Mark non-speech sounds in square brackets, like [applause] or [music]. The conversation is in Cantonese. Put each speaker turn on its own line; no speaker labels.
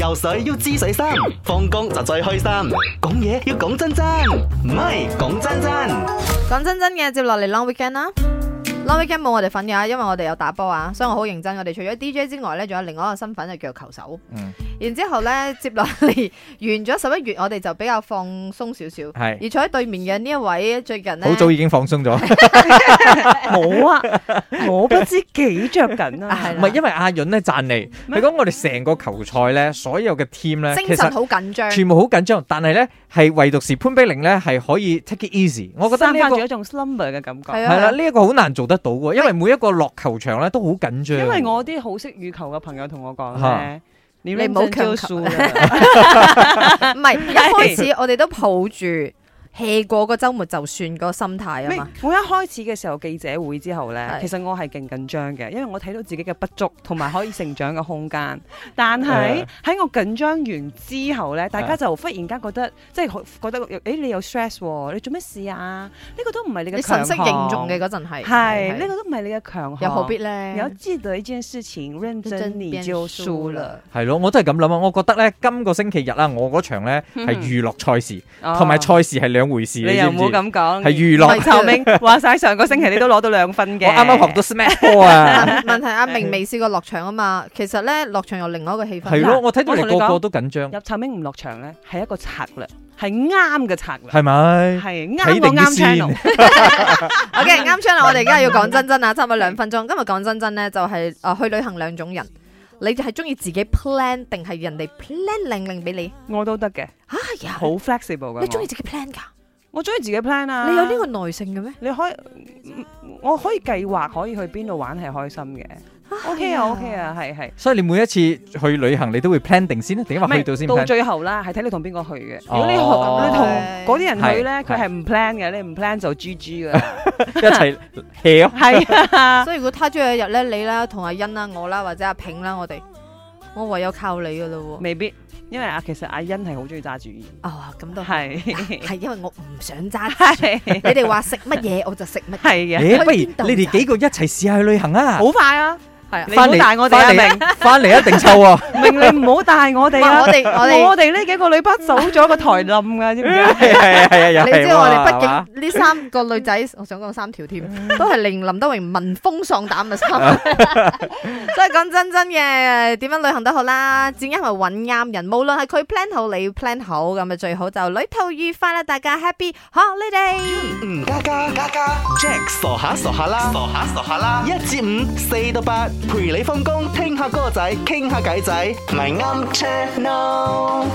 游水要知水深，放工就最開心。講嘢要講真真，唔係講真真。
講真真嘅，接落嚟 long weekend 啦，long weekend 冇我哋份㗎，因為我哋有打波啊，所以我好認真。我哋除咗 DJ 之外咧，仲有另外一個身份就叫球手。
嗯
然之後咧，接落嚟 [laughs] 完咗十一月，我哋就比較放鬆少少。
係
而坐喺對面嘅呢一位，最近咧
好早已經放鬆咗，唔 [laughs]
冇啊，我不知幾着緊
啊係
啊
啦。
係因為阿潤咧讚你，佢講我哋成個球賽咧，所有嘅 team 咧，
精
其
神
實
好緊張。
全部好緊張，但係咧係唯獨是潘碧玲咧係可以 take it easy，我覺得呢、
散
一
發
個
住一種 slumber 嘅感
係
覺。
啊
係
係
啦，
啊
呢一個好難做得到嘅，因為每一個落球場咧都好緊張。
因為我啲好識羽球嘅朋友同我講
嚇
咧，你
你唔好
認
強
真招
求啊 [laughs]
數啦
唔係一開始我哋都抱住 hea 過個週末就算個心態啊
咩
嘛。
[laughs] 我一開始嘅時候記者會之後咧
係，
其實我係勁緊張嘅，因為我睇到自己嘅不足同埋可以成長嘅空間。但
啊
係喺我緊張完之後咧，大家就忽然間覺得即係好覺得誒你有 stress 喎，你做咩事啊？呢個都唔係你
你
嘅
神
強
色
項。
凝重嘅嗰陣係
係呢個都唔係你嘅強項。
又何必咧？
你要記得一件事情，認真你就輸了。
係咯，我都係咁諗啊！我覺得咧，今個星期日啦，我嗰場咧
嗯
係娛樂賽事，
哦
同埋賽事係兩回事。
你又
知
唔
唔
好
知？
咁講，
係娛樂
唔係臭
[laughs]
明話晒上個星期你都攞到兩分嘅。
我啱啱學到 smash ball
[laughs]
啊！
但問題阿明未試過落場啊嘛，其實咧落場有另外一個氣氛。
係咯，我睇到你
我同你
個
講
個都緊張，
入臭明唔落場咧，係一個策略，係啱嘅策略，
係咪？
係
睇
啱
定
我
啲
啱
先
channel。
OK，啱出啦！我哋而家要講真真啊，差唔多兩分鐘。今日講真真咧，就係、啊去旅行兩種人，你係中意自己 plan 定係人哋 plan 令令俾你？
我都得
[laughs]
嘅，
啊呀，
好 flexible 嘅。
你中意自己 plan 㗎？
我？我中意自己 plan 啊。
你有呢個耐性嘅咩
你可以，嗯我可以計劃可以去邊度玩係開心嘅。OK
哎
啊，OK 啊，係係。
所以你每一次去旅行，你都會 plan 定先咧，啊定
唔
話
係
去到先
到
plan？
[laughs] 最後啦，係睇你同邊個去嘅。
哦
如果你同你同嗰啲人去咧，
係
佢係唔 plan 嘅，你唔 plan 就
[laughs]
GG 噶啦。
一齊
[laughs]
hea 咯
係啊，
所以如果他朝有一日咧，你啦，同阿欣啦，我啦，或者阿平啦，我哋，我唯有靠你㗎咯喎。
未必，因為啊，其實阿欣係好中意揸
[laughs]
主意，
啊，咁都係，
係
係因為我唔想揸住。
係係
你哋話食乜嘢我就食乜嘢。
誒，
嘅，
去
不
邊度
如你哋幾個一齊試下去旅行啊！
好快啊！
係啊
你唔好帶我哋
翻
啊，
嚟翻嚟一定臭
[laughs]
啊！
明明你唔好帶我哋
哇
啊
我！哋我哋
我。哋呢幾個女班走咗個台冧噶，知唔知啊？
係啊係啊又係
你知我哋
喎係嘛
畢竟呢三個女仔， [laughs] 我想講三條添，都係令林德榮聞風喪膽嘅
[laughs]
衫。 [laughs] 所以講真真嘅，點樣旅行都好啦，只因為揾啱人，無論係佢 plan 好，你 plan 好，咁啊最好就旅途愉快啦，大家 Happy Holiday。
嗯，加加加加，Jack 傻下傻下啦，傻下傻下啦，一至五，四到八，陪你放工，聽下歌仔，傾下偈仔，咪啱 channel。